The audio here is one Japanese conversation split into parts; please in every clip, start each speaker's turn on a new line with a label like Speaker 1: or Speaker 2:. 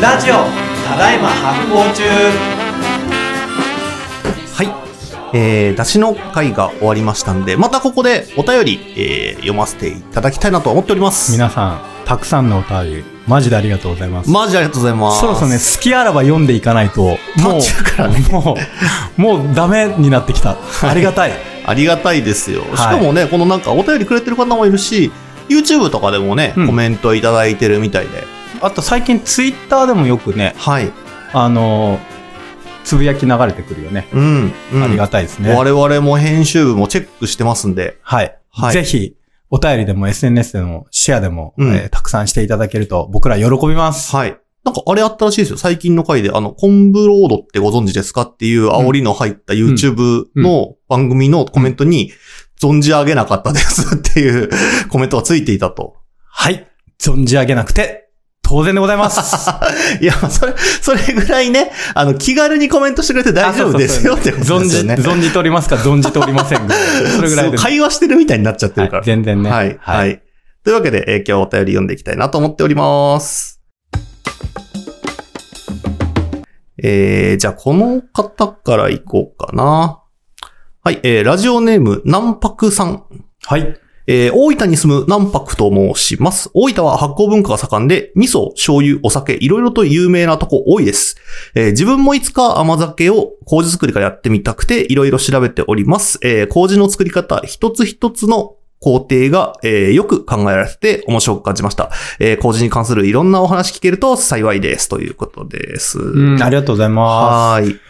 Speaker 1: ラジオただいま発行中
Speaker 2: はい。えー、出しの会が終わりましたんで、またここでお便り、えー読ませていただきたいなと思っております。
Speaker 3: 皆さん、たくさんのお便り、マジでありがとうございます。
Speaker 2: マジありがとうございます。
Speaker 3: そろそろね、好きあらば読んでいかないと、も
Speaker 2: 途中からね
Speaker 3: う、もう、もうダメになってきた。ありがたい。
Speaker 2: ありがたいですよ。し
Speaker 3: い
Speaker 2: かもね、このなんかお便りくれてる方もいるし、YouTube とかでもね、
Speaker 3: うん
Speaker 2: コメントいただいてるみたいで。
Speaker 3: あと最近ツイッターでもよくね、
Speaker 2: はい。
Speaker 3: あのー、つぶやき流れてくるよね。
Speaker 2: うん。うん、
Speaker 3: ありがたいですね。
Speaker 2: 我々も編集部もチェックしてますんで。
Speaker 3: はい。
Speaker 2: はい
Speaker 3: ぜひ、お便りでも SNS でもシェアでも、
Speaker 2: うん
Speaker 3: えーたくさんしていただけると僕ら喜びます。
Speaker 2: はい。なんかあれあったらしいですよ。最近の回で、あの、コンブロードってご存知ですかっていう煽りの入った YouTube の番組のコメントに、存じ上げなかったですっていう コメントがついていたと。
Speaker 3: はい。存じ上げなくて、当然でござい ます。
Speaker 2: いや、それ、それぐらいね、あの、気軽にコメントしてくれて大丈夫ですよってこと
Speaker 3: 存
Speaker 2: です
Speaker 3: じ、
Speaker 2: よね。
Speaker 3: 存じておりますか存じておりません かそれぐらいで。
Speaker 2: 会話してるみたいになっちゃってるか
Speaker 3: は
Speaker 2: ら。
Speaker 3: い全然ね。
Speaker 2: はい。
Speaker 3: は。
Speaker 2: はいい。というわけで、えー今日はお便り読んでいきたいなと思っております。えー、じゃあこの方からいこうかな。はい、えー、ラジオネーム、南白さん。
Speaker 3: はい。
Speaker 2: えー大分に住む南白と申します。大分は発酵文化が盛んで、味噌、醤油、お酒、いろいろと有名なとこ多いです。えー自分もいつか甘酒を麹作りからやってみたくて、いろいろ調べております。えー麹の作り方、一つ一つの工程が、えーよく考えられてて面白く感じました。えー麹に関するいろんなお話聞けると幸いです。ということです。
Speaker 3: うん、ありがとうございま
Speaker 2: はーい。
Speaker 3: す。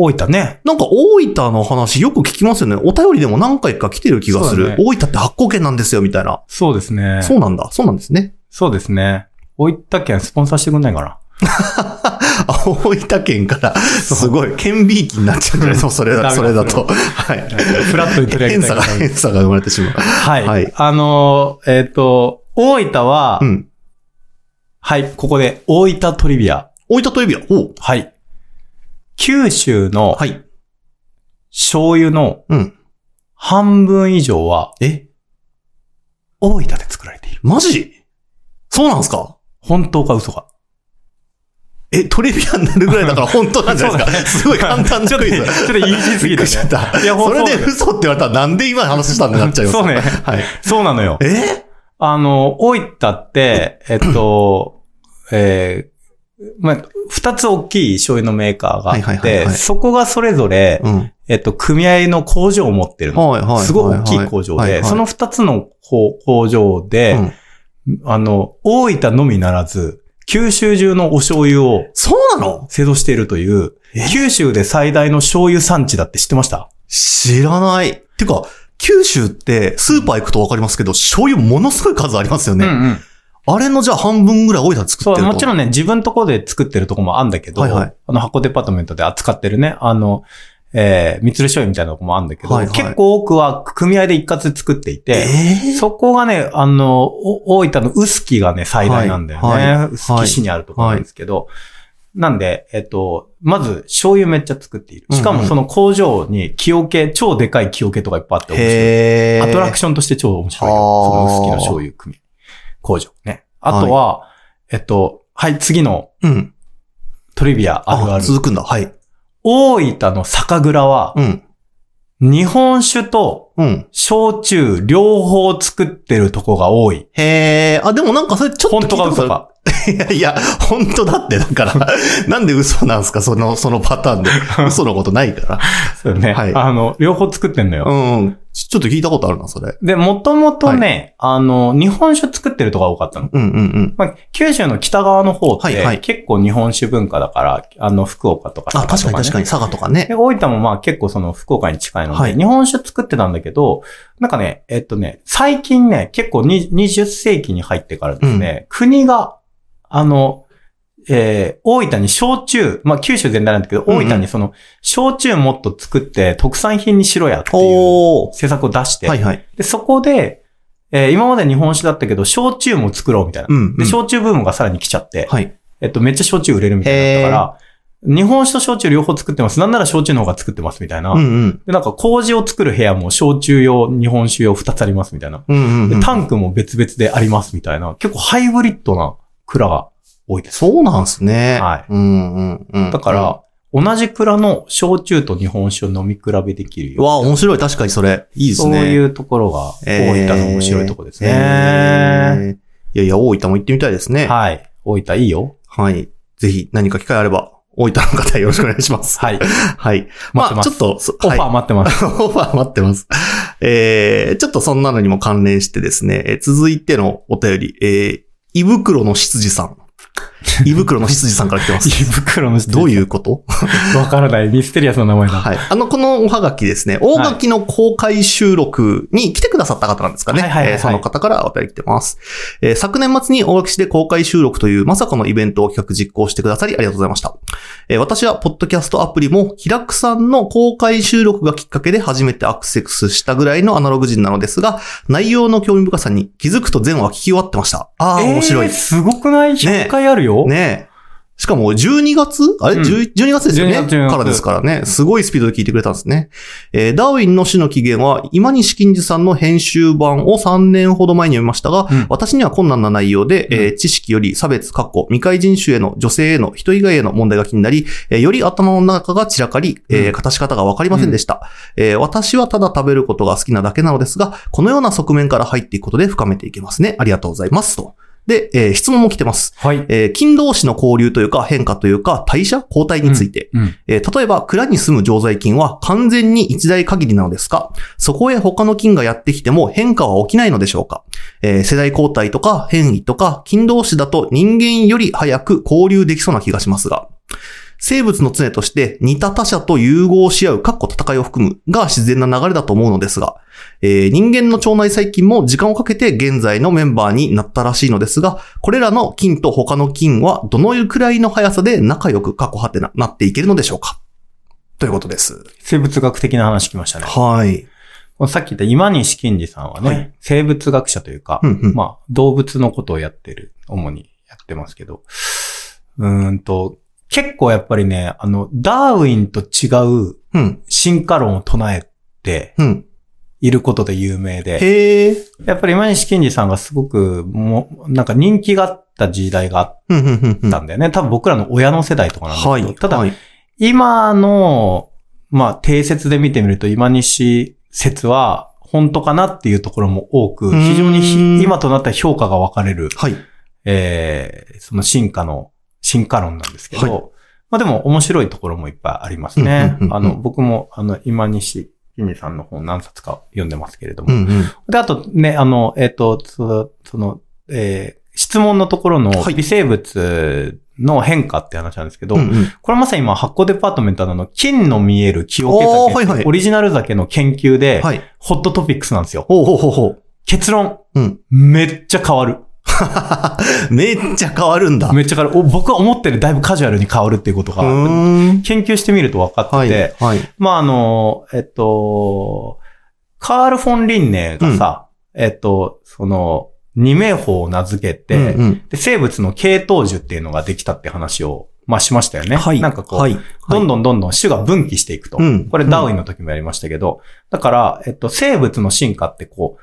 Speaker 3: 大分ね。
Speaker 2: なんか大分の話よく聞きますよね。お便りでも何回か来てる気がす
Speaker 3: そう
Speaker 2: る。
Speaker 3: だね
Speaker 2: 大分って発酵圏なんですよ、みたいな。
Speaker 3: そうですね。
Speaker 2: そうなんだ。そうなんですね。
Speaker 3: そうですね。大分県スポンサーしてくんないか な。
Speaker 2: あ大分県から、すごい、県 B 期になっちゃうんじゃないですか、それ
Speaker 3: ダメ
Speaker 2: だ、
Speaker 3: だ
Speaker 2: それだと。はい。
Speaker 3: フラットに取り
Speaker 2: 偏
Speaker 3: 上げた
Speaker 2: 差
Speaker 3: い
Speaker 2: が、
Speaker 3: けど
Speaker 2: 偏差が生まれてしまう。
Speaker 3: はい。
Speaker 2: はい
Speaker 3: あのーえっ、と、大分は、
Speaker 2: うん。
Speaker 3: はい、ここで大分トリビア。
Speaker 2: 大分といえば、おう
Speaker 3: はい。九州の
Speaker 2: はい。
Speaker 3: 醤油の
Speaker 2: うん。
Speaker 3: 半分以上は
Speaker 2: え、
Speaker 3: 大分で作られている。
Speaker 2: マジそうなんすか
Speaker 3: 本当か嘘か。
Speaker 2: え、トリビアになるぐらいだから本当なんじゃないですか。すごい簡単なクイズ。
Speaker 3: ちょっとちょっと言い過
Speaker 2: び
Speaker 3: ぎ
Speaker 2: っ
Speaker 3: たね
Speaker 2: くりしちゃった。
Speaker 3: いやほ
Speaker 2: そ
Speaker 3: ん
Speaker 2: れ
Speaker 3: と
Speaker 2: で嘘って言われたらなんで今話したんだなっちゃいます。
Speaker 3: そうね
Speaker 2: はい。
Speaker 3: そうなのよ。
Speaker 2: え
Speaker 3: あの、大分って、えっと、えーまあ、二つ大きい醤油のメーカーがあっ
Speaker 2: は
Speaker 3: て、
Speaker 2: いはいはいはい
Speaker 3: そこがそれぞれ、
Speaker 2: うん。はい
Speaker 3: えっと、組合の工場を持ってるの。
Speaker 2: はいはい。
Speaker 3: すごい大きい工場で、
Speaker 2: はいはい
Speaker 3: その二つの工工場で、
Speaker 2: うん
Speaker 3: あの、大分のみならず、九州中のお醤油を
Speaker 2: そうなの
Speaker 3: 製造しているという
Speaker 2: え、
Speaker 3: 九州で最大の醤油産地だって知ってました
Speaker 2: 知らない。てか、九州ってスーパー行くとわかりますけど、醤油ものすごい数ありますよね。
Speaker 3: んうん。
Speaker 2: あれのじゃあ半分ぐらい大分で作って
Speaker 3: そ
Speaker 2: る
Speaker 3: う、
Speaker 2: と
Speaker 3: もちろんね、自分とこで作ってるとこもあんだけど、
Speaker 2: はいはい
Speaker 3: あの、箱デパートメントで扱ってるね、あの、えー、三つ醤油みたいなとこもあるんだけど、
Speaker 2: はいはい
Speaker 3: 結構多くは組合で一括で作っていて、
Speaker 2: ええ
Speaker 3: そこがね、あの、お大分の臼杵がね、最大なんだよね。
Speaker 2: はいはい
Speaker 3: 臼杵市にあるところなんですけど、なんで、えっと、まず、醤油めっちゃ作っている。しか
Speaker 2: うん
Speaker 3: も
Speaker 2: うん
Speaker 3: その工場に、木桶、超でかい木桶とかいっぱいあって面白い
Speaker 2: へ
Speaker 3: アトラク
Speaker 2: シ
Speaker 3: ションとして超面白いよ。
Speaker 2: あ
Speaker 3: そ
Speaker 2: ー
Speaker 3: の薄木の醤油組合工場ね。あとは、えっと、はい、次の
Speaker 2: ョン。うん。
Speaker 3: トリビアあるある。
Speaker 2: 続くんだ。はい。
Speaker 3: 大分の酒蔵は、
Speaker 2: うん。
Speaker 3: 日本酒と
Speaker 2: うん。
Speaker 3: 焼酎両方作ってるとこが多い。
Speaker 2: へえ。あ、でもなんかそれちょっと聞いた
Speaker 3: 本当
Speaker 2: こ
Speaker 3: か
Speaker 2: と
Speaker 3: 嘘
Speaker 2: あ
Speaker 3: か。
Speaker 2: る。いやいや、本当だって、だから。 なんで嘘なんすかその、そのパターン で。嘘のことないか
Speaker 3: そうよね。
Speaker 2: はい
Speaker 3: あの、両方作ってんの
Speaker 2: ら。
Speaker 3: よ。
Speaker 2: うん。ちょっと聞いたことあるな、それ。
Speaker 3: で、もともとね、あの、日本酒作ってるとこが多かったの。
Speaker 2: うんうんうん。
Speaker 3: まあ、九州の北側の方っ
Speaker 2: はいはい
Speaker 3: て、結構日本酒文化だから、あの、福岡とか
Speaker 2: あ、確
Speaker 3: 佐賀
Speaker 2: か
Speaker 3: と
Speaker 2: に確
Speaker 3: ね
Speaker 2: かに、佐賀とか
Speaker 3: で、
Speaker 2: ね。
Speaker 3: 大分もまあ結構その福岡に近いので、
Speaker 2: はい
Speaker 3: 日本酒作ってたんだけど、なんかね、えっとね、最近ね、結構に20世紀に入ってからですね、国が、あの、えー、大分に焼酎、まあ九州全体なんだけ
Speaker 2: う
Speaker 3: ど、
Speaker 2: んうん
Speaker 3: 大分にその、焼酎もっと作って特産品にしろやっていう
Speaker 2: おー。
Speaker 3: 政策を出して、
Speaker 2: はいはい。
Speaker 3: で、そこで、えー今まで日本酒だったけど、焼酎も作ろうみたいな。
Speaker 2: うんうん
Speaker 3: で、焼酎ブームがさらに来ちゃって、
Speaker 2: はい。
Speaker 3: えっと、めっちゃ焼酎売れるみたいだったから、日本酒と焼酎両方作ってます。なんなら焼酎の方が作ってますみたいな。
Speaker 2: うんうん。
Speaker 3: で、なんか麹を作る部屋も焼酎用、日本酒用2つありますみたいな。
Speaker 2: うんうんう
Speaker 3: で
Speaker 2: ん。
Speaker 3: タンクも別々でありますみたいな。結構ハイブリッドな蔵が多いです。
Speaker 2: そうなんですね。。
Speaker 3: はい
Speaker 2: うんうんうん。
Speaker 3: だから、同じ蔵の焼酎と日本酒を飲み比べできる
Speaker 2: うん、
Speaker 3: よ
Speaker 2: わあ、面白い。確かにそれ。いいで
Speaker 3: う
Speaker 2: す
Speaker 3: そう
Speaker 2: ね。う、
Speaker 3: いうところが大分の面白いところですね。
Speaker 2: えーいやいや、大分も行ってみたいですね。は
Speaker 3: はい。大分いいよ。
Speaker 2: い。ぜひ、何か機会あれば、大分の方よろしくお願いし ます。
Speaker 3: はい。
Speaker 2: はい。
Speaker 3: 待って
Speaker 2: まあ、
Speaker 3: ま
Speaker 2: ちょ
Speaker 3: す
Speaker 2: っと、そ
Speaker 3: オフ
Speaker 2: はい
Speaker 3: ァー待っ てます。
Speaker 2: オファー待ってます。えー、ちょっとそんなのにも関連してですね、えー続いてのお便り、えー、胃袋の執事さん。胃袋の執事さんから来てます。
Speaker 3: 胃袋の人
Speaker 2: どういうこと
Speaker 3: わからない。ミステリアスな名前だ。
Speaker 2: はい。あの、このおはがきですね、大垣の公開収録に来てくださった方なんですかね。
Speaker 3: はいはいはいはい
Speaker 2: えーその方からお便り来てます。えー昨年末に大垣市で公開収録というまさかのイベントを企画実行してくださりありがとうございました。えー私はポッドキャストアプリも、平久さんの公開収録がきっかけで初めてアクセスしたぐらいのアナログ人なのですが、内容の興味深さに気づくと前話聞き終わってました。ああ、
Speaker 3: えー
Speaker 2: 面白い。
Speaker 3: すごくない ?100 回あるよ。
Speaker 2: ねえ。しかも、12月あれ、
Speaker 3: うん
Speaker 2: ?10 12月ですよね
Speaker 3: 12月12月
Speaker 2: からですからね。すごいスピードで聞いてくれたんですね。えーダーウィンの死の起源は、今西金次さんの編集版を3年ほど前に読みましたが、
Speaker 3: うん
Speaker 2: 私には困難な内容で、えー
Speaker 3: う
Speaker 2: 知識より差別、過去、未開人種への、女性への、人以外への問題が気になり、えーより頭の中が散らかり、えー
Speaker 3: うん
Speaker 2: 形し方がわかりませんでした、えー私はただ食べることが好きなだけなのですが、このような側面から入っていくことで深めていけますね。ありがとうございます。と。で、えー質問も来てます。
Speaker 3: はい。
Speaker 2: えー金同士の交流というか変化というか代謝交代について、
Speaker 3: うん。
Speaker 2: えー例えば蔵に住む常在菌は完全に一代限りなのですかそこへ他の菌がやってきても変化は起きないのでしょうか、えー世代交代とか変異とか菌同士だと人間より早く交流できそうな気がしますが。生物の常として似た他者と融合し合う、かっこ戦いを含むが自然な流れだと思うのですが、えー人間の腸内細菌も時間をかけて現在のメンバーになったらしいのですが、これらの菌と他の菌はどのくらいの速さで仲良く過去はてな、なっていけるのでしょうかということです。
Speaker 3: 生物学的な話きましたね。
Speaker 2: はい。
Speaker 3: このさっき言った今西金次さんはね、
Speaker 2: はい
Speaker 3: 生物学者というか、
Speaker 2: うんうん。
Speaker 3: まあ、動物のことをやってる、主にやってますけど、うーんと、結構やっぱりね、あの、ダーウィンと違う
Speaker 2: うん。
Speaker 3: 進化論を唱えて
Speaker 2: うん。
Speaker 3: いることで有名で、
Speaker 2: へえ。
Speaker 3: やっぱり今西金次さんがすごく、もう、なんか人気があった時代があっ
Speaker 2: うん、うん、うんうん。
Speaker 3: たんだよね。多分僕らの親の世代とかなんだけど、
Speaker 2: はい。
Speaker 3: ただ、
Speaker 2: はい、
Speaker 3: 今の、まあ、定説で見てみると、今西説は、本当かなっていうところも多く、
Speaker 2: ん
Speaker 3: 非常にひ今となったら評価が分かれる、
Speaker 2: はい。
Speaker 3: えー、その進化の、進化論なんですけど、
Speaker 2: はい
Speaker 3: まあでも面白いところもいっぱいありますね。
Speaker 2: うんうんうんうん
Speaker 3: あの、僕も、あの、今西金次さんの本何冊か読んでますけれども。
Speaker 2: うん、うん。
Speaker 3: で、あとね、あの、えっ、と、そその、えー、質問のところの
Speaker 2: はい
Speaker 3: 微生物の変化って話なんですけど、
Speaker 2: うんうん
Speaker 3: これまさに今、発酵デパートメントのあの、金の見える清家
Speaker 2: おー
Speaker 3: 酒、
Speaker 2: はいはい
Speaker 3: オリジナル酒の研究で、
Speaker 2: はい。
Speaker 3: ホットトピックスなんですよ。
Speaker 2: ほうほうほうほう。
Speaker 3: 結論、
Speaker 2: うん。
Speaker 3: めっちゃ変わる。
Speaker 2: めっちゃ変わるんだ。
Speaker 3: めっちゃ変わる。お僕は思ってるだいぶカジュアルに変わるっていうこと
Speaker 2: う
Speaker 3: が、
Speaker 2: ーん。
Speaker 3: 研究してみると分かってて、
Speaker 2: はい。はい。
Speaker 3: まあ、あの、えっと、カール・フォン・リンネがさ、えっと、その、二名法を名付けて、
Speaker 2: うんうん
Speaker 3: で、生物の系統樹っていうのができたって話を、まあ、しましたよね。
Speaker 2: はい。
Speaker 3: なんかこう、
Speaker 2: はい。
Speaker 3: どんどんどんどん種が分岐していくと。
Speaker 2: うん
Speaker 3: これダーウィンの時もやりましたけど、だから、えっと、生物の進化ってこう、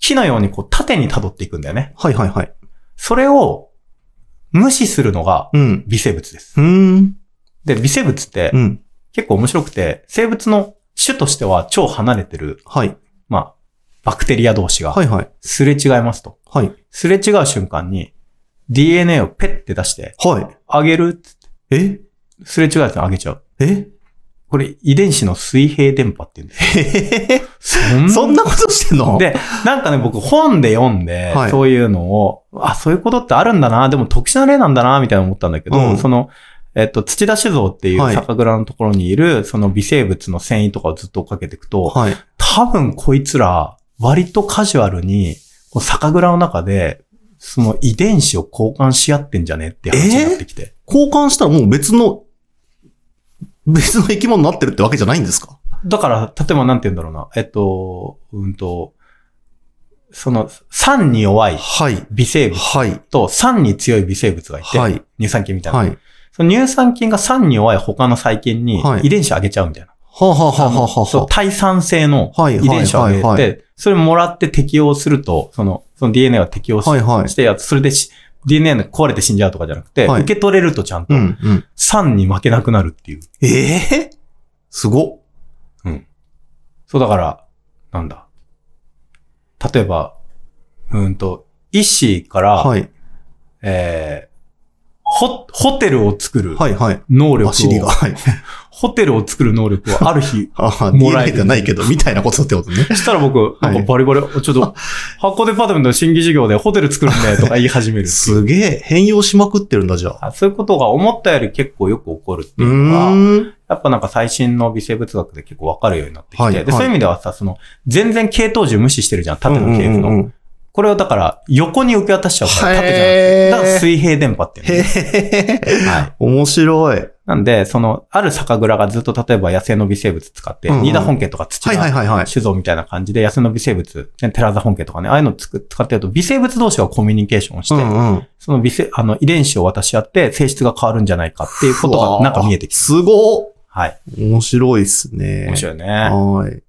Speaker 3: 木のようにこう縦に辿っていくんだよね。
Speaker 2: はいはいはい。
Speaker 3: それを無視するのが
Speaker 2: うん。
Speaker 3: 微生物です
Speaker 2: う。ーん。
Speaker 3: で、微生物って
Speaker 2: うん。
Speaker 3: 結構面白くて、生物の種としては超離れてる、
Speaker 2: はい。
Speaker 3: まあ、バクテリア同士が
Speaker 2: はいはい。
Speaker 3: すれ違いますと。
Speaker 2: はい。
Speaker 3: すれ違う瞬間に DNA をペッて出して、
Speaker 2: はい。
Speaker 3: あげるっつって
Speaker 2: え
Speaker 3: すれ違うやつにあげちゃう。
Speaker 2: え
Speaker 3: これ遺伝子の水平電波って言うんですよ。
Speaker 2: へへへ
Speaker 3: そん
Speaker 2: へそんなことしてんの、
Speaker 3: で、なんかね、僕本で読んで、
Speaker 2: はい
Speaker 3: そういうのを、あ、そういうことってあるんだな、でも特殊な例なんだな、みたいな思ったんだけど、
Speaker 2: うん
Speaker 3: その、えっと、土田酒造ってい
Speaker 2: は
Speaker 3: う
Speaker 2: い
Speaker 3: 酒蔵のところにいる、その微生物の繊維とかをずっと追っかけていくと、
Speaker 2: はい。
Speaker 3: 多分こいつら、割とカジュアルに、こう酒蔵の中で、その遺伝子を交換し合ってんじゃねって話になってきて。
Speaker 2: 交換したらもう別の、別の生き物になってるってわけじゃないんですか
Speaker 3: だから、例えばなんて言うんだろうな、えっと、うんと、その、酸に弱い
Speaker 2: はい。
Speaker 3: 微生物
Speaker 2: はい。
Speaker 3: と酸に強い微生物がいて、
Speaker 2: はい
Speaker 3: 乳酸菌みたいな。
Speaker 2: はい。は
Speaker 3: その乳酸菌が酸に弱い他の細菌に
Speaker 2: はい
Speaker 3: 遺伝子あげちゃうみたいな。
Speaker 2: あ、はあはあはあ
Speaker 3: そ
Speaker 2: は
Speaker 3: う、対酸性の
Speaker 2: あ、はい。
Speaker 3: 遺伝子をあげ
Speaker 2: はい。
Speaker 3: て、それもらって適応すると、その、その DNA を適応し,、
Speaker 2: はいはい
Speaker 3: てやつ、それでし DNA が壊れて死んじゃうとかじゃなくて、
Speaker 2: はい
Speaker 3: 受け取れるとちゃんと
Speaker 2: う、ん、うん。
Speaker 3: 酸に負けなくなるっていう。
Speaker 2: ええすごっ。
Speaker 3: そうだから、なんだ。例えば、うーんと、医師から、
Speaker 2: はい。
Speaker 3: えー、ホ、ホテルを作る
Speaker 2: はい、はい。
Speaker 3: 能力を、
Speaker 2: 走りが、はい。
Speaker 3: ホテルを作る能力をある日、
Speaker 2: ああ、
Speaker 3: もら
Speaker 2: DNA
Speaker 3: える
Speaker 2: じゃないけど、みたいなことってことね。
Speaker 3: したら僕、なんかバリバリ、ちょっと、発行デパートメントの新規事業でホテル作るんで、とか言い始めるっていう。
Speaker 2: すげえ、変容しまくってるんだ、じゃあ。
Speaker 3: あそういうことが思ったより結構よく起こるって
Speaker 2: う
Speaker 3: いうのが、
Speaker 2: ーん。
Speaker 3: やっぱなんか最新の微生物学で結構わかるようになってきて、
Speaker 2: はい
Speaker 3: で
Speaker 2: はい
Speaker 3: そういう意味ではさ、その、全然系統樹無視してるじゃん、縦の系譜の。
Speaker 2: うんうんうん
Speaker 3: これをだから、横に受け渡しちゃうから、縦じゃなく
Speaker 2: へ
Speaker 3: て。
Speaker 2: ー
Speaker 3: だから水平電波っていうの
Speaker 2: へ
Speaker 3: ね、
Speaker 2: え。
Speaker 3: はい。
Speaker 2: 面白い。
Speaker 3: なんで、その、ある酒蔵がずっと例えば野生の微生物使って、
Speaker 2: うんうん
Speaker 3: ニダ本家とか土
Speaker 2: はいはい
Speaker 3: の
Speaker 2: はいはい。
Speaker 3: 酒造みたいな感じで、野生の微生物、ねテラザ本家とかね、ああいうのをつく使ってると、微生物同士がコミュニケーションをして、
Speaker 2: うんうん。
Speaker 3: その微生、あの、遺伝子を渡し合って性質が変わるんじゃないかっていうことがなんか見えてきて。
Speaker 2: すごっ。
Speaker 3: はい。
Speaker 2: 面白いですね。
Speaker 3: 面白いね。
Speaker 2: はい。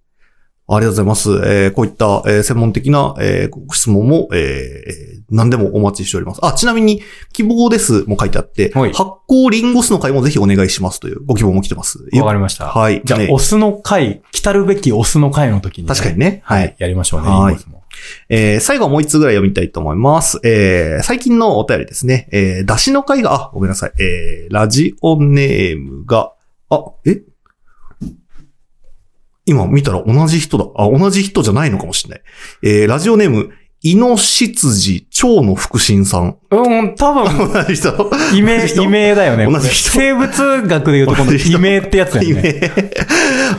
Speaker 2: ありがとうございます。えーこういった、えー専門的な、えーご質問も、えーえー何でもお待ちしております。あ、ちなみに、希望ですも書いてあって、
Speaker 3: はい
Speaker 2: 発行リンゴ酢の会もぜひお願いしますというご希望も来てます。
Speaker 3: わかりました。
Speaker 2: はい。
Speaker 3: じゃあ、
Speaker 2: ね
Speaker 3: オスの会、来たるべきオスの会の時に、
Speaker 2: 確かに。ね。は
Speaker 3: はいい。。やりましょうね、
Speaker 2: はい
Speaker 3: リンゴスも
Speaker 2: えー最後はもう一つぐらい読みたいと思います。えー最近のお便りですね。えー出しの会が、あ、ごめんなさい。えーラジオネームが、あ、え今見たら同じ人だ。あ、同じ人じゃないのかもしれない。えーラジオネーム、イノシツジ、蝶の腹心さん。
Speaker 3: うん、多分、
Speaker 2: 同じ人。
Speaker 3: 異名、
Speaker 2: 同じ人
Speaker 3: 異名だよね。
Speaker 2: 同じ人
Speaker 3: 生物学で言うとこの
Speaker 2: 同じ人
Speaker 3: 異名ってやつだよね。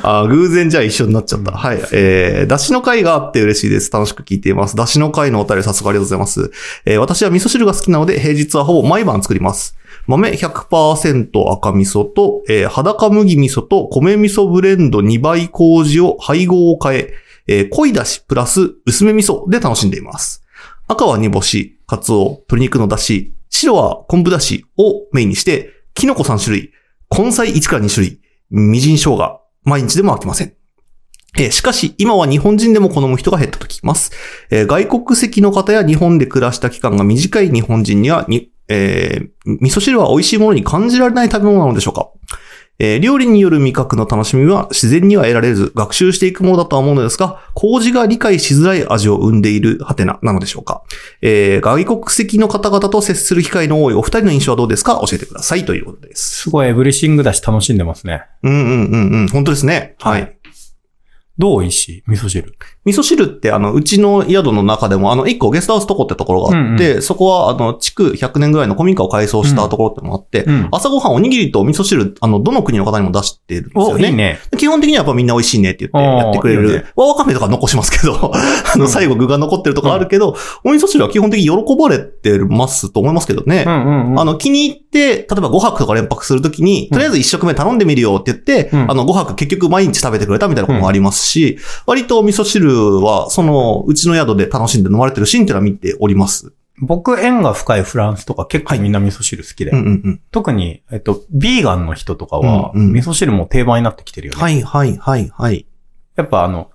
Speaker 2: あー偶然じゃあ一緒になっちゃった。
Speaker 3: うん
Speaker 2: はい。えー、出汁の会があって嬉しいです。楽しく聞いています。出汁の会のお便り早速ありがとうございます。えー私は味噌汁が好きなので、平日はほぼ毎晩作ります。豆100%赤味噌と、えー裸麦味噌と米味噌ブレンド2倍麹を配合を変え、えー濃いだしプラス薄め味噌で楽しんでいます。赤は煮干し、カツオ、鶏肉のだし、白は昆布だしをメインにして、キノコ3種類、根菜1から2種類、みじん生姜、毎日でも飽きません。えーしかし、今は日本人でも好む人が減ったと聞きます。えー外国籍の方や日本で暮らした期間が短い日本人にはに、えー味噌汁は美味しいものに感じられない食べ物なのでしょうかえー料理による味覚の楽しみは自然には得られず、学習していくものだとは思うのですが、麹が理解しづらい味を生んでいるハテナなのでしょうかえー外国籍の方々と接する機会の多いお二人の印象はどうですか教えてくださいということです。
Speaker 3: すごいエブリシングだし楽しんでますね。
Speaker 2: うんうんうんうん。本当ですね。
Speaker 3: はい。どう美味しい味噌汁。
Speaker 2: 味噌汁って、あの、うちの宿の中でも、あの、一個ゲストハウスとこってところがあって、そこは、あの、築100年ぐらいの古民家を改装したところってのもあって、
Speaker 3: うん。
Speaker 2: 朝ごはんおにぎりと味噌汁、あの、どの国の方にも出してるんですよ
Speaker 3: お、いい
Speaker 2: ね。
Speaker 3: ね。
Speaker 2: 基本的にはやっぱみんな美味しいねって言ってやってくれ
Speaker 3: あーいい
Speaker 2: る。わわかめとか残しますけど、あ
Speaker 3: う
Speaker 2: の、
Speaker 3: ん
Speaker 2: 最後具が残ってるとかあるけど、お味噌汁は基本的に喜ばれてますと思いますけどね。
Speaker 3: うんうんうん。
Speaker 2: あの、気に入って、例えば5泊とか連泊するときに、
Speaker 3: う
Speaker 2: と
Speaker 3: ん
Speaker 2: りあえず1食目頼んでみるよって言って、
Speaker 3: うん
Speaker 2: あの、5泊結局毎日食べてくれたみたいなこともありますし、割と味噌汁は、その、うちの宿で楽しんで飲まれてるシーンっていうのは見ております。
Speaker 3: 僕、縁が深いフランスとか結構みんな味噌汁好きで。
Speaker 2: うんうんうん。
Speaker 3: 特に、えっと、ビーガンの人とかは、
Speaker 2: うんうん
Speaker 3: 味噌汁も定番になってきてるよね。
Speaker 2: はいはいはいはい。
Speaker 3: やっぱあの、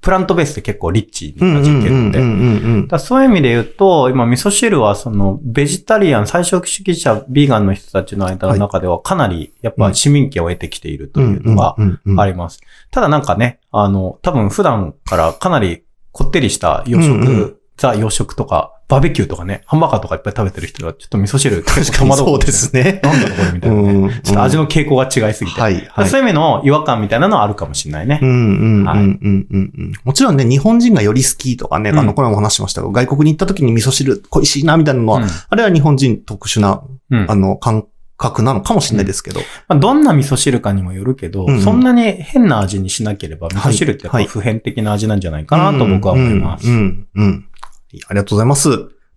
Speaker 3: プラントベースって結構リッチ
Speaker 2: うんう
Speaker 3: なん
Speaker 2: う
Speaker 3: 人
Speaker 2: んう
Speaker 3: 形
Speaker 2: ん
Speaker 3: って。
Speaker 2: う
Speaker 3: だか
Speaker 2: ん
Speaker 3: らそういう意味で言うと、今味噌汁はその、ベジタリアン、最小主義者、ビーガンの人たちの間の中ではかなり、やっぱ市民権を得てきていると
Speaker 2: うん。
Speaker 3: いうのが
Speaker 2: うんうんうん
Speaker 3: あります。ただなんかね、あの、多分普段からかなりこってりした洋
Speaker 2: うんうん
Speaker 3: 食、ザ洋食とか、バーベキューとかね、ハンバーガーとかいっぱい食べてる人はちょっと味噌汁結構戸惑
Speaker 2: そううん
Speaker 3: よね
Speaker 2: ですね。
Speaker 3: なんだろうこれみたいなね。
Speaker 2: うん
Speaker 3: ちょっと味の傾向が違いすぎて。
Speaker 2: はいはい。
Speaker 3: そういう意味の違和感みたいなのはあるかもしれないね
Speaker 2: う。んうんうん
Speaker 3: はい
Speaker 2: うんうんうん。もちろんね、日本人がより好きとかね、あ
Speaker 3: う
Speaker 2: の、
Speaker 3: ん
Speaker 2: これも話しましたが、外国に行った時に味噌汁恋しいなみたいなのは、
Speaker 3: うん
Speaker 2: あれは日本人特殊な、
Speaker 3: うん
Speaker 2: あの、感覚なのかもしれないですけど。
Speaker 3: まあ、どんな味噌汁かにもよるけど、
Speaker 2: うんうん
Speaker 3: そんなに変な味にしなければ、味噌汁ってや
Speaker 2: は
Speaker 3: っぱ
Speaker 2: い
Speaker 3: 普遍的な味なんじゃないかなと僕は思います。
Speaker 2: うん、うん、うんうんありがとうございます。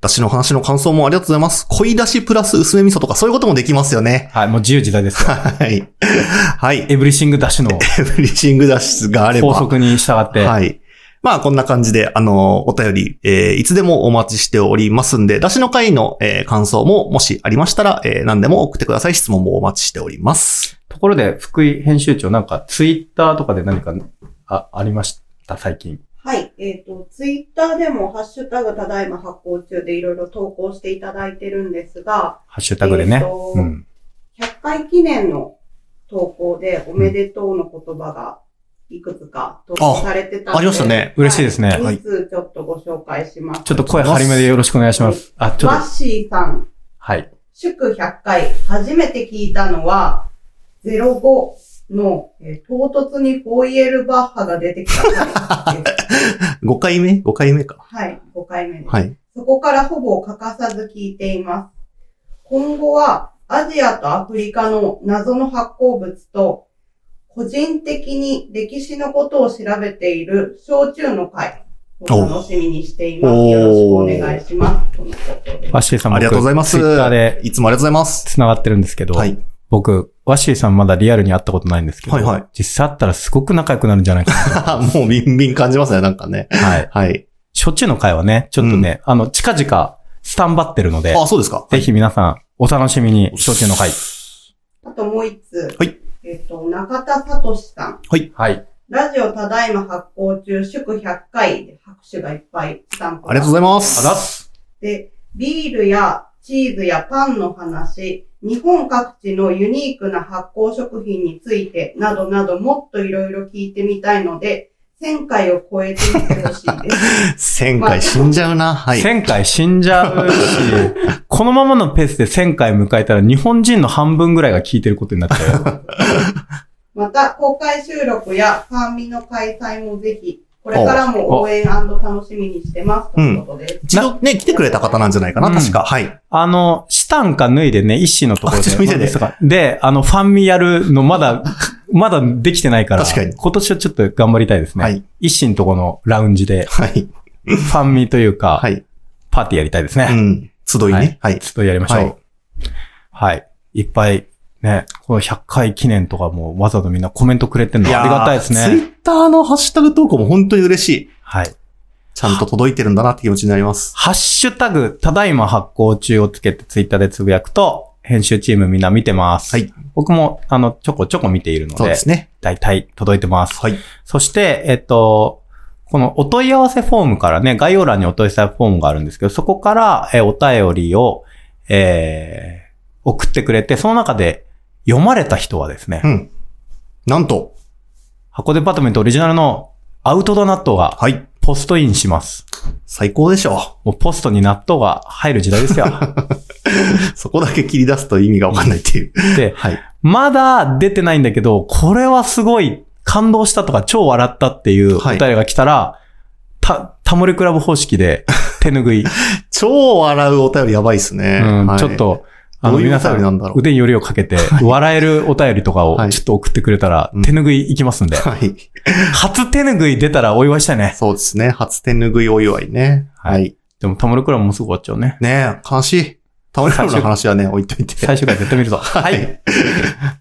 Speaker 2: だしの話の感想もありがとうございます。濃いだしプラス薄め味噌とかそういうこともできますよね。
Speaker 3: はい、もう自由自在ですよ。
Speaker 2: はい。はい。
Speaker 3: エブリシングダッシュの
Speaker 2: エブリシングだしがあれば。
Speaker 3: 法則に従って、
Speaker 2: はい。まあ、こんな感じで、あの、お便り、えーいつでもお待ちしておりますんで、出しの会の、えー感想も、もしありましたら、えー何でも送ってください。質問もお待ちしております。
Speaker 3: ところで、福井編集長なんかツイッターとかで何か、あ、ありました最近。
Speaker 4: はい。えっ、と、ツイッターでも、ハッシュタグただいま発行中でいろいろ投稿していただいてるんですが、
Speaker 3: ハッシュタグで
Speaker 4: えー
Speaker 3: ね。
Speaker 4: と
Speaker 3: うん。
Speaker 4: 100回記念の投稿で、おめでとうの言葉がいくつか投稿されてたんで。
Speaker 2: ありましたね
Speaker 3: 嬉しいですね
Speaker 4: は
Speaker 2: はい
Speaker 4: い。つちょっとご紹介します。
Speaker 3: ちょっと声張り目でよろしくお願いします。あ、ちょ
Speaker 4: ワ
Speaker 3: っ
Speaker 4: ッ
Speaker 3: と、
Speaker 4: シーさん、
Speaker 3: はい。
Speaker 4: 祝100回、初めて聞いたのは、05の、えー唐突にホイエルバッハが出てきた回です
Speaker 2: 5回目 ?5 回目か。
Speaker 4: はい、5回目です。
Speaker 2: はい。
Speaker 4: そこからほぼ欠かさず聞いています。今後はアジアとアフリカの謎の発酵物と、個人的に歴史のことを調べている焼酎の会を楽しみにしています。
Speaker 2: お
Speaker 4: よろしくお願いします。とのことです
Speaker 3: ワッシーさん
Speaker 2: ありがとうございます。
Speaker 3: ツイッターで
Speaker 2: いつもありがとうございます。
Speaker 3: 繋がってるんですけど、
Speaker 2: はい。
Speaker 3: 僕、ワッシーさんまだリアルに会ったことないんですけど、
Speaker 2: はいはい
Speaker 3: 実際会ったらすごく仲良くなるんじゃないかな。
Speaker 2: もうビンビン感じますね、なんかね。
Speaker 3: はい。
Speaker 2: はい。
Speaker 3: しょっちゅうの会はね、ちょっとね、あの、近々、スタンバってるので、
Speaker 2: あ、そうですか。
Speaker 3: ぜひ皆さん、お楽しみに、しょっちゅうの会。
Speaker 4: あともう一つ。
Speaker 2: はい
Speaker 4: えっ、と、中田聡さん。
Speaker 3: はい。
Speaker 4: ラジオただいま発行中、祝100回で拍手がいっぱいスタンプが。
Speaker 2: ありがとうございます。
Speaker 3: あ
Speaker 4: で、ビールやチーズやパンの話、日本各地のユニークな発酵食品についてなどなどもっといろいろ聞いてみたいので、1000回を超えてみてほしいです。
Speaker 2: 1000回死んじゃうな。はい。
Speaker 3: 1000回死んじゃう し、このままのペースで1000回迎えたら日本人の半分ぐらいが聞いてることになっち ゃうよ。
Speaker 4: また、公開収録や酸味の開催もぜひ、これからも応援楽しみにしてます。ということです。
Speaker 2: 一度ね、来てくれた方なんじゃないかな、
Speaker 3: うん
Speaker 2: 確か。はい。
Speaker 3: あの、シタンか脱いでね、一心のところ
Speaker 2: あちょっと見てね
Speaker 3: で。で、あの、ファンミやるのまだ、 まだできてないから、
Speaker 2: 確かに
Speaker 3: 今年はちょっと頑張りたいですね。
Speaker 2: はい。
Speaker 3: 一心のとこのラウンジ で、
Speaker 2: はい。
Speaker 3: ファンミというか、
Speaker 2: はい。
Speaker 3: パーティーやりたいですね。
Speaker 2: うん。集いね。はい。
Speaker 3: ちょっとやりましょう。
Speaker 2: は
Speaker 3: はいい。い、っぱい、ね、この100回記念とかもわざわざみんなコメントくれてるのありがたいです
Speaker 2: ツイ
Speaker 3: ね。
Speaker 2: ッターのハッシュタグ投稿も本当に嬉しい。
Speaker 3: はい。
Speaker 2: ちゃんと届いてるんだなって気持ちになります。
Speaker 3: ハッシュタグ、ただいま発行中をつけてツイッターでつぶやくと、編集チームみんな見てます。
Speaker 2: はい。
Speaker 3: 僕も、あの、ちょこちょこ見ているの
Speaker 2: そうで
Speaker 3: で、
Speaker 2: すね。
Speaker 3: だいたい届いてます。
Speaker 2: はい。
Speaker 3: そして、えっと、このお問い合わせフォームからね、概要欄にお問い合わせフォームがあるんですけど、そこから、えお便りを、えー送ってくれて、その中で読まれた人はですね、
Speaker 2: うん。なんと、
Speaker 3: 箱デパートメントオリジナルのアウトドア納豆が
Speaker 2: はい。
Speaker 3: ポストインします。
Speaker 2: 最高でしょ
Speaker 3: もうポストに納豆が入る時代で すよ。
Speaker 2: う。そこだけ切り出すと意味がわかんないっていう。
Speaker 3: で、
Speaker 2: はい。
Speaker 3: まだ出てないんだけど、これはすごい感動したとか超笑ったっていうお
Speaker 2: はい
Speaker 3: 便りが来たら、た、タモリクラブ方式 で手拭い。
Speaker 2: 超笑うお便りやばいですね。
Speaker 3: うん
Speaker 2: はい
Speaker 3: ちょっ。と、あ
Speaker 2: ど
Speaker 3: の
Speaker 2: ういうお
Speaker 3: 皆さ
Speaker 2: 便り
Speaker 3: ん
Speaker 2: なんだろう。
Speaker 3: 腕によりをかけて、笑えるお便りとか
Speaker 2: は
Speaker 3: を
Speaker 2: い
Speaker 3: ちょっと送ってくれたら
Speaker 2: うん、
Speaker 3: 手拭いいきます んで。
Speaker 2: はい。
Speaker 3: 初手拭い出たらお祝いしたいね。
Speaker 2: そうですね。初手拭いお祝いね。
Speaker 3: は
Speaker 2: はいい。
Speaker 3: でもタモリクラブもすぐ終わっちゃうね。
Speaker 2: ねえ、悲しい。タモリクラブの話はね、置いといて。
Speaker 3: 最終回絶対見る ぞ。はい。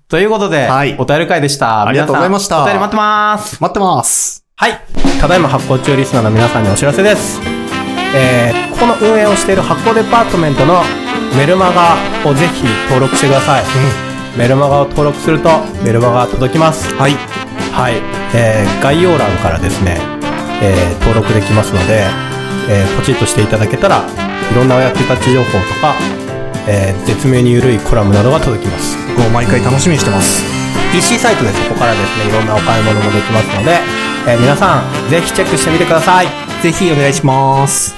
Speaker 3: ということで、
Speaker 2: はい
Speaker 3: お便り会でした。
Speaker 2: ありがとうございました
Speaker 3: 皆さんお便り待ってます。
Speaker 2: 待ってます。
Speaker 3: はい。ただいま発行中リスナーの皆さんにお知らせです。えー、ここの運営をしている発行デパートメントのメルマガをぜひ登録してください。 メルマガを登録するとメルマガが届きます。はい。はい。えー、概要欄からですね、えー、登録できますので、えー、ポチッとしていただけたら、いろんなお役立ち情報とか、えー、絶妙に緩いコラムなどが届きます。
Speaker 2: 僕も毎回楽しみにしてます。
Speaker 3: PC サイトでそこからですねいろんなお買い物もできますので、えー皆さんぜひチェックしてみてください
Speaker 2: ぜひお願いします。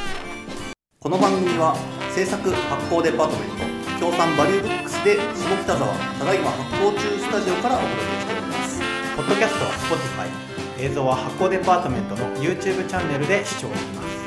Speaker 2: この番組は制作発行デパートメント協賛バリューブックスで下北沢ただいま発行中スタジオからお届けしております。
Speaker 3: ポッドキャストは Spotify 映像は発行デパートメントの YouTube チャンネルで視聴できます